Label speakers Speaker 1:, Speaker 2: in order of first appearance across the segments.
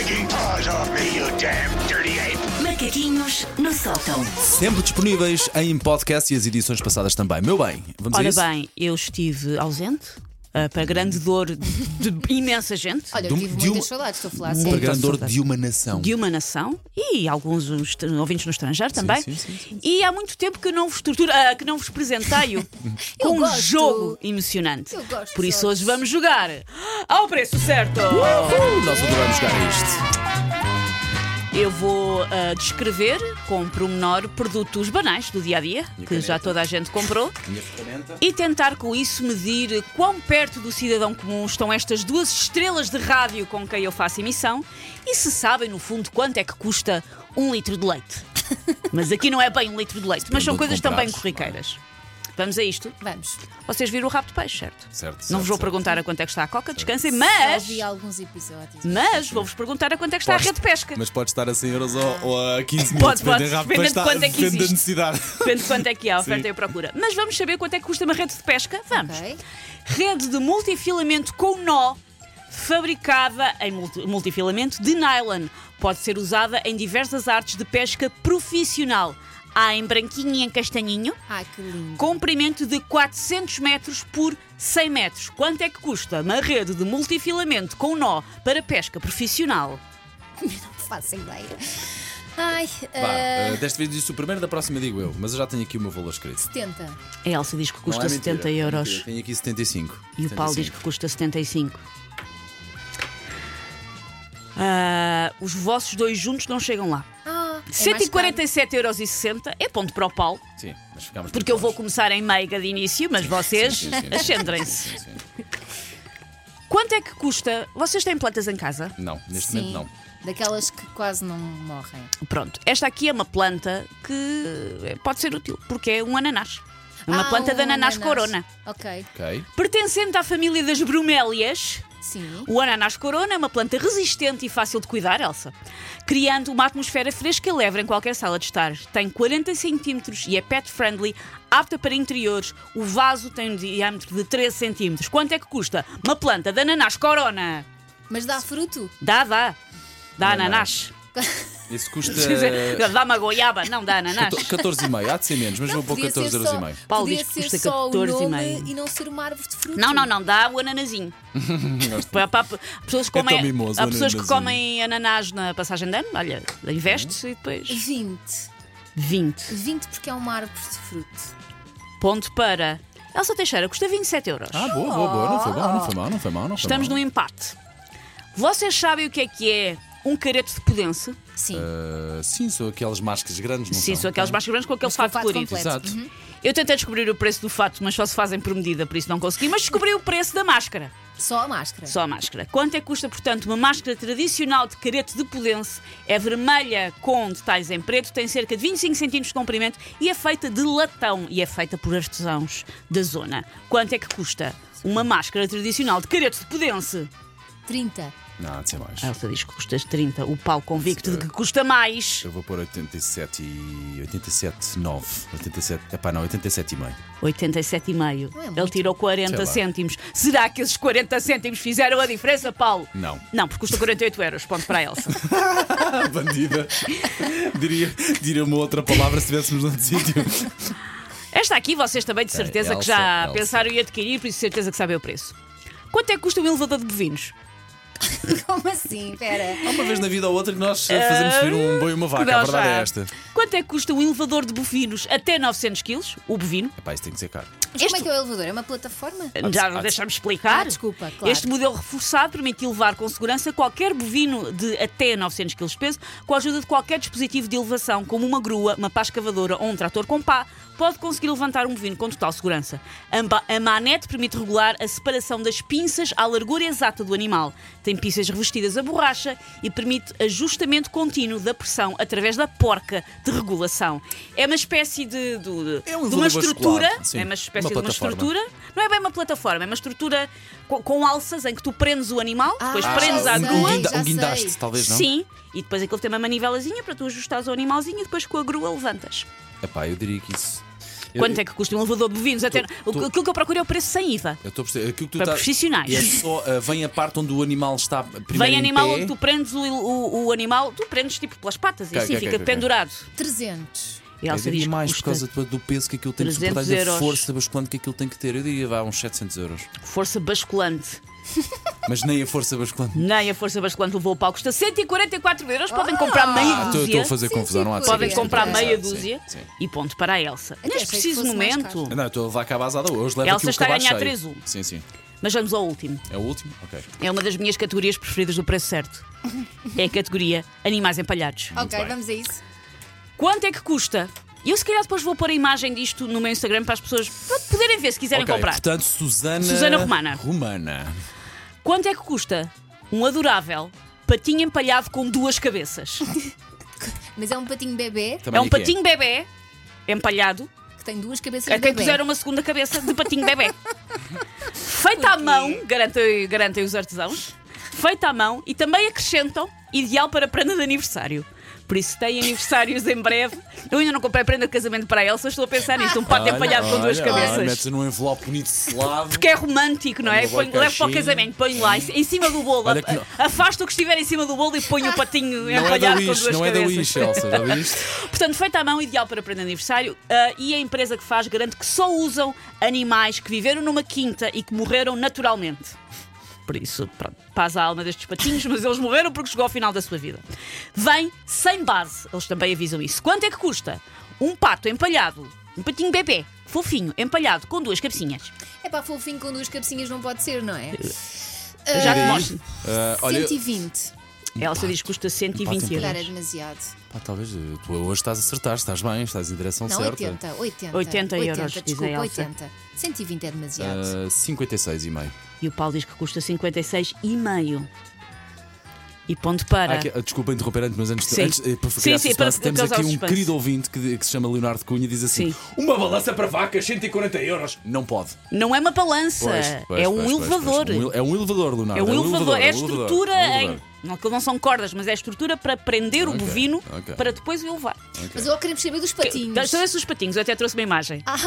Speaker 1: hands off me, you damn dirty ape!
Speaker 2: Macaquinhos no sótão.
Speaker 3: Sempre disponíveis em podcast e as edições passadas também. Meu bem, vamos a
Speaker 4: Ora
Speaker 3: isso?
Speaker 4: bem, eu estive ausente, ah, para grande dor de de imensa gente,
Speaker 3: De
Speaker 5: Olha, eu
Speaker 3: um-
Speaker 5: tive
Speaker 3: de
Speaker 5: muitas
Speaker 3: um-
Speaker 5: saudades, estou a falar
Speaker 3: Para
Speaker 5: sério.
Speaker 3: grande dor de uma nação.
Speaker 4: de uma nação e alguns um, est- ouvintes no estrangeiro também.
Speaker 3: sim, sim, sim.
Speaker 4: E há muito tempo que não vos tortura, ah, que não vos presenteio com
Speaker 5: Eu
Speaker 4: um
Speaker 5: gosto.
Speaker 4: jogo emocionante.
Speaker 5: Eu gosto,
Speaker 4: Por isso
Speaker 5: Sócrates.
Speaker 4: hoje vamos jogar ao preço certo. um.
Speaker 3: Uhul, Nós adoramos jogar isto.
Speaker 4: Eu vou ah, descrever com um pormenor produtos banais do dia a dia, que já toda a gente comprou. E tentar com isso medir quão perto do cidadão comum estão estas duas estrelas de rádio com quem eu faço emissão e se sabem, no fundo, quanto é que custa um litro de leite. mas aqui não é bem um litro de leite, mas são
Speaker 3: onde
Speaker 4: coisas
Speaker 3: comprares,
Speaker 4: também corriqueiras. Vamos a isto.
Speaker 5: Vamos.
Speaker 4: Vocês viram o rabo de peixe, certo?
Speaker 3: Certo, certo,
Speaker 4: não vos vou
Speaker 3: certo.
Speaker 4: perguntar a quanto é que está a coca, descansem,
Speaker 5: Já
Speaker 4: mas.
Speaker 5: ouvi alguns episódios.
Speaker 4: Mas vou-vos perguntar a quanto é que está a rede de pesca.
Speaker 3: Mas pode estar a 100 euros ou, ou a 15 mil.
Speaker 4: Pode, pode.
Speaker 3: depende,
Speaker 4: Depende de
Speaker 3: está-
Speaker 4: quanto é que
Speaker 3: depende da
Speaker 4: existe.
Speaker 3: necessidade.
Speaker 4: Depende de quanto é que há a oferta
Speaker 3: Sim.
Speaker 4: e a procura. Mas vamos saber quanto é que custa uma rede de pesca? Vamos.
Speaker 5: Ok.
Speaker 4: Rede de multifilamento com nó, fabricada em multi- multifilamento de nylon. Pode ser usada em diversas artes de pesca profissional. Há em branquinho e em castanhinho.
Speaker 5: Ai, que lindo.
Speaker 4: Comprimento de 400 metros por 100 metros. Quanto é que custa uma rede de multifilamento com nó para pesca profissional?
Speaker 5: Não faço ideia. Ai,
Speaker 3: Vá,
Speaker 5: ah,
Speaker 3: eh, desta vez disse o primeiro, da próxima digo eu, mas eu já tenho aqui o meu valor escrito.
Speaker 5: 70.
Speaker 4: A Elsa diz que
Speaker 3: Não
Speaker 4: custa
Speaker 3: é mentira,
Speaker 4: 70
Speaker 3: é mentira.
Speaker 4: euros.
Speaker 3: Tenho aqui 75.
Speaker 4: E o Paulo diz
Speaker 3: 75.
Speaker 4: que custa 75. Ah, os vossos dois juntos não chegam lá.
Speaker 5: Ah, é
Speaker 4: 147,60€ é ponto para o Paulo,
Speaker 3: Sim, mas ficámos
Speaker 4: porque eu vou começar em meiga de início, mas vocês
Speaker 3: sim, sim, sim.
Speaker 4: ascendrem-se.
Speaker 3: Sim, sim.
Speaker 4: Quanto é que custa? Vocês têm plantas em casa?
Speaker 3: Não, neste
Speaker 5: mais caro.
Speaker 3: momento não.
Speaker 5: Sim, Daquelas que quase não morrem.
Speaker 4: Pronto, esta aqui é uma planta que pode ser útil, porque é um ananás. É Uma
Speaker 5: Ah,
Speaker 4: planta
Speaker 5: um
Speaker 4: de ananás,
Speaker 5: ananás.
Speaker 4: corona.
Speaker 5: Ok,
Speaker 3: Ok.
Speaker 4: Pertencente à família das bromélias,
Speaker 5: sim.
Speaker 4: O ananás corona é uma planta resistente e fácil de cuidar, Elsa, criando uma atmosfera fresca e leve em qualquer sala de estar. Tem 40 centímetros e é pet friendly, apta para interiores. O vaso tem um diâmetro de 13 centímetros. Quanto é que custa uma planta de ananás corona?
Speaker 5: Mas dá fruto.
Speaker 4: Dá, dá. Dá ananás.
Speaker 3: Isso custa
Speaker 4: Dá uma goiaba, não dá ananás.
Speaker 3: 14,5. Há de ser menos, mas vou pôr
Speaker 5: Podia ser
Speaker 3: 14,5
Speaker 5: só-
Speaker 3: euros. e meio.
Speaker 4: Paulo
Speaker 5: podia
Speaker 4: diz que custa
Speaker 5: ser só o
Speaker 4: 14,5.
Speaker 5: nome e não ser uma árvore de fruto.
Speaker 4: Não, não, não, dá o ananazinho. Para, para, para pessoas que
Speaker 3: É tão
Speaker 4: comem,
Speaker 3: mimoso,
Speaker 4: há pessoas que
Speaker 3: ananazinho.
Speaker 4: comem ananás na passagem de ano, olha, investe-se e depois
Speaker 5: 20.
Speaker 4: 20.
Speaker 5: 20 porque é uma árvore de fruto.
Speaker 4: Ponto para Elsa Teixeira, custa 27 euros.
Speaker 3: Ah, boa, boa, boa. Não foi mal, não foi mal, não foi mal. Não foi
Speaker 4: Estamos
Speaker 3: mal.
Speaker 4: num empate. Vocês sabem o que é que é um careto de pudense?
Speaker 5: Sim.
Speaker 3: Ah, sim, são aquelas máscaras grandes, não
Speaker 4: Sim, são aqueles Uhum. mais grandes com aquele
Speaker 5: com
Speaker 4: fato
Speaker 5: fato
Speaker 4: colorido.
Speaker 5: completo.
Speaker 3: Exato.
Speaker 4: Eu tentei descobrir o preço do fato, mas só se fazem por medida, por isso não consegui. Mas descobri o preço da máscara.
Speaker 5: Só a máscara.
Speaker 4: Só a máscara. Quanto é que custa, portanto, uma máscara tradicional de careto de pudense? É vermelha com detalhes em preto, tem cerca de 25 centímetros de comprimento e é feita de latão e é feita por artesãos da zona. Quanto é que custa uma máscara tradicional de careto de pudense?
Speaker 5: 30.
Speaker 3: Não, há de ser mais.
Speaker 4: A Elsa diz que custa 30, o Paulo convicto de que custa mais.
Speaker 3: Eu vou pôr 87 e 87, 9. 87, epá, não, 87 e meio.
Speaker 4: 87,5.
Speaker 5: Não é
Speaker 4: Ele
Speaker 5: muito.
Speaker 4: tirou 40
Speaker 3: Sei lá.
Speaker 4: cêntimos. Será que esses 40 cêntimos fizeram a diferença, Paulo?
Speaker 3: Não.
Speaker 4: Não, porque custa 48 euros. Ponto para a Elsa.
Speaker 3: Ah, bandida. diria, diria uma outra palavra se estivéssemos noutro sítio.
Speaker 4: Esta aqui vocês também de certeza que
Speaker 3: É, Elsa,
Speaker 4: já
Speaker 3: Elsa.
Speaker 4: pensaram em adquirir, por isso de certeza que sabem o preço. Quanto é que custa um elevador de bovinos?
Speaker 5: Como assim? Espera.
Speaker 3: Há uma vez na vida ou outra que nós eh, fazemos subir um boi e uma vaca. A
Speaker 4: Cuidado
Speaker 3: verdade
Speaker 4: já.
Speaker 3: é esta.
Speaker 4: Quanto é que custa um elevador de bovinos até 900 quilos? O bovino?
Speaker 3: Epá, isso tem que ser caro.
Speaker 5: Mas como é que é o elevador? É uma plataforma?
Speaker 3: de-
Speaker 4: Já
Speaker 3: há
Speaker 4: não
Speaker 3: de-
Speaker 4: deixamos explicar.
Speaker 5: Ah, desculpa, claro.
Speaker 4: Este modelo reforçado permite elevar com segurança qualquer bovino de até 900 kg de peso com a ajuda de qualquer dispositivo de elevação, como uma grua, uma pá escavadora ou um trator com pá, pode conseguir levantar um bovino com total segurança. A ba- A manete permite regular a separação das pinças à largura exata do animal. Tem pinças revestidas a borracha e permite ajustamento contínuo da pressão através da porca de regulação. É uma espécie de, do- de-
Speaker 3: É um
Speaker 4: de uma
Speaker 3: elevador
Speaker 4: estrutura,
Speaker 3: escolar, sim.
Speaker 4: é uma
Speaker 3: Uma
Speaker 4: espécie de uma
Speaker 3: plataforma.
Speaker 4: estrutura estrutura, não é bem uma plataforma, é uma estrutura co- com, alças em que tu prendes o animal, depois
Speaker 5: Ah,
Speaker 4: prendes
Speaker 5: já
Speaker 4: à
Speaker 3: um,
Speaker 5: sei.
Speaker 4: grua.
Speaker 3: guinda-
Speaker 5: já
Speaker 3: um guindaste,
Speaker 5: sei.
Speaker 3: talvez não?
Speaker 4: Sim, e depois aquilo tem uma manivelazinha para tu ajustares ao animalzinho e depois com a grua levantas.
Speaker 3: Epá, eu diria que isso.
Speaker 4: Quanto é que custa um elevador de bovinos? Até...
Speaker 3: tu-
Speaker 4: o- Aquilo que eu procuro é o preço sem IVA.
Speaker 3: Eu estou a perceber. Aquilo que tu
Speaker 4: Para
Speaker 3: tá-
Speaker 4: profissionais.
Speaker 3: É só, ah, vem a parte onde o animal está primeiro
Speaker 4: Vem
Speaker 3: em
Speaker 4: animal
Speaker 3: pé.
Speaker 4: onde tu prendes o, o- o animal, tu prendes tipo pelas patas e
Speaker 3: Ok,
Speaker 4: assim
Speaker 3: ok,
Speaker 4: fica
Speaker 3: ok, ok.
Speaker 4: pendurado.
Speaker 5: 300.
Speaker 4: E
Speaker 3: Eu
Speaker 4: Elsa diz
Speaker 3: diria
Speaker 4: que
Speaker 3: mais
Speaker 4: custa
Speaker 3: por causa do, do peso que aquilo tem que suportar, e
Speaker 4: 300
Speaker 3: da
Speaker 4: euros.
Speaker 3: força basculante que aquilo tem que ter. Eu diria vá uns 700 euros.
Speaker 4: força basculante.
Speaker 3: Mas nem a força basculante. Ah,
Speaker 4: Nem a força basculante levou o pau, custa 144 euros. Podem comprar meia
Speaker 3: então Estou
Speaker 4: dúzia.
Speaker 3: estou Ah, a fazer confusão, não há de ser
Speaker 4: Podem
Speaker 5: Sim,
Speaker 3: isto.
Speaker 4: comprar
Speaker 5: sim,
Speaker 4: meia
Speaker 3: Sim,
Speaker 4: dúzia
Speaker 3: sim.
Speaker 4: e ponto para a Elsa.
Speaker 5: achei
Speaker 4: Neste
Speaker 5: que
Speaker 4: preciso
Speaker 5: fosse mais caro.
Speaker 4: momento.
Speaker 3: Não, eu estou a levar cá a basada hoje. Leva
Speaker 4: Elsa
Speaker 3: aqui o
Speaker 4: está a
Speaker 3: cabaz
Speaker 4: ganhar
Speaker 3: cheio.
Speaker 4: 3-1.
Speaker 3: Sim, sim.
Speaker 4: Mas vamos ao último.
Speaker 3: É o último? Ok.
Speaker 4: É uma das minhas categorias preferidas do preço certo. É a categoria Animais Empalhados.
Speaker 5: ok,
Speaker 3: bem.
Speaker 5: vamos a isso.
Speaker 4: Quanto é que custa? Eu se calhar depois vou pôr a imagem disto no meu Instagram para as pessoas pronto, poderem ver se quiserem
Speaker 3: Ok,
Speaker 4: comprar.
Speaker 3: Portanto, Susana.
Speaker 4: Susana Romana.
Speaker 3: Romana.
Speaker 4: Quanto é que custa um adorável patinho empalhado com duas cabeças?
Speaker 5: Mas é um patinho bebê
Speaker 3: Também
Speaker 4: É um
Speaker 3: que
Speaker 4: patinho bebê empalhado
Speaker 5: que tem duas cabeças
Speaker 4: a
Speaker 5: de
Speaker 4: quem
Speaker 5: bebê.
Speaker 4: puseram uma segunda cabeça de patinho bebê. Feita à mão, garantem, garantem os artesãos, feita à mão e também acrescentam ideal para prenda de aniversário. Por isso, têm aniversários em breve. Eu ainda não comprei prenda de casamento para a Elsa, estou a pensar nisto. Um pato
Speaker 3: Olha,
Speaker 4: empalhado com duas
Speaker 3: olha, olha,
Speaker 4: cabeças.
Speaker 3: Mete-se num envelope bonito selado.
Speaker 4: Porque é romântico, não é?
Speaker 3: Uma boa
Speaker 4: Põe, levo para o
Speaker 3: caixinha.
Speaker 4: casamento, ponho lá em- em cima do bolo.
Speaker 3: Olha que não-
Speaker 4: Afasta o que estiver em cima do bolo e ponho o patinho
Speaker 3: Não é da
Speaker 4: empalhado com
Speaker 3: Wish,
Speaker 4: duas
Speaker 3: não é da
Speaker 4: cabeças.
Speaker 3: Wish, Elsa, já viste?
Speaker 4: Portanto, feita à mão, ideal para prenda de aniversário. ah, e a empresa que faz garante que só usam animais que viveram numa quinta e que morreram naturalmente. Por isso, pronto, paz à alma destes patinhos, mas eles morreram porque chegou ao final da sua vida. Vem sem base, eles também avisam isso. Quanto é que custa? Um pato empalhado, um patinho bebê, fofinho, empalhado, com duas cabecinhas.
Speaker 5: É pá, fofinho com duas cabecinhas não pode ser, não é?
Speaker 4: Eu Já te mostro.
Speaker 3: Ah, olha,
Speaker 5: 120.
Speaker 4: A Elsa diz que custa 120
Speaker 5: Calhar é
Speaker 4: euros.
Speaker 5: demasiado.
Speaker 3: pá, talvez eh, tu hoje estás a acertar, estás bem, estás em direção
Speaker 5: Não,
Speaker 3: certa.
Speaker 5: 80, 80.
Speaker 4: 80 euros, diz a
Speaker 5: desculpa,
Speaker 4: Elsa.
Speaker 5: 80. 120 é demasiado.
Speaker 3: Ah, 56,5.
Speaker 4: E o Paulo diz que custa 56,5. E ponto para.
Speaker 3: Ah, que- ah, desculpa interromper antes, mas antes,
Speaker 4: Sim.
Speaker 3: antes eh, para
Speaker 4: Sim,
Speaker 3: criar
Speaker 4: sim,
Speaker 3: suspense,
Speaker 4: para
Speaker 3: temos
Speaker 4: causar
Speaker 3: aqui um
Speaker 4: suspense.
Speaker 3: querido ouvinte que, que se chama Leonardo Cunha e diz assim:
Speaker 4: Sim.
Speaker 3: Uma balança para vacas, 140 euros. Não pode.
Speaker 4: Não é uma balança,
Speaker 3: Pois, pois,
Speaker 4: é um
Speaker 3: pois, pois,
Speaker 4: elevador.
Speaker 3: pois. Um ele- É um elevador, Leonardo.
Speaker 4: É um elevador, é a
Speaker 3: um elevador,
Speaker 4: estrutura
Speaker 3: é um elevador.
Speaker 4: em. Não, aquilo não são cordas, mas é a estrutura para prender o
Speaker 3: Ok,
Speaker 4: bovino
Speaker 3: ok.
Speaker 4: para depois o elevar.
Speaker 5: Mas eu queremos saber dos patinhos.
Speaker 4: Então, São esses os patinhos, eu até trouxe uma imagem.
Speaker 5: Ah,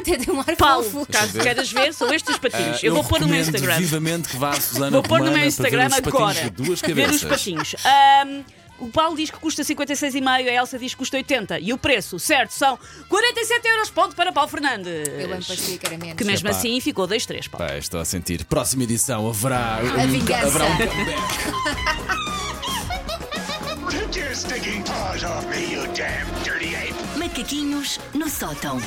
Speaker 5: até deu um ar
Speaker 4: Paulo,
Speaker 5: fofo.
Speaker 4: caso
Speaker 3: ver.
Speaker 4: queiras ver, são estes os patinhos.
Speaker 3: Ah,
Speaker 4: eu vou pôr no meu
Speaker 3: recomendo
Speaker 4: Instagram.
Speaker 3: Vivamente que vá a Susana
Speaker 4: Vou pôr no
Speaker 3: Romana
Speaker 4: meu
Speaker 3: para
Speaker 4: Instagram
Speaker 3: ver os patinhos
Speaker 4: agora.
Speaker 3: de Duas
Speaker 4: ver
Speaker 3: cabeças.
Speaker 4: os patinhos. Ahm, o Paulo diz que custa 56,5, a Elsa diz que custa 80. E o preço, certo, são 47 euros ponto para Paulo Fernandes.
Speaker 5: Eu bem parecia que era menos.
Speaker 4: Que mesmo
Speaker 3: Epá.
Speaker 4: assim ficou 2-3, Paulo.
Speaker 3: Pá, estou a sentir. Próxima edição haverá.
Speaker 5: A vingança.
Speaker 3: Haverá um comeback.
Speaker 1: Take your stinking paws off me, you damn dirty ape!
Speaker 2: Macaquinhos no sótão.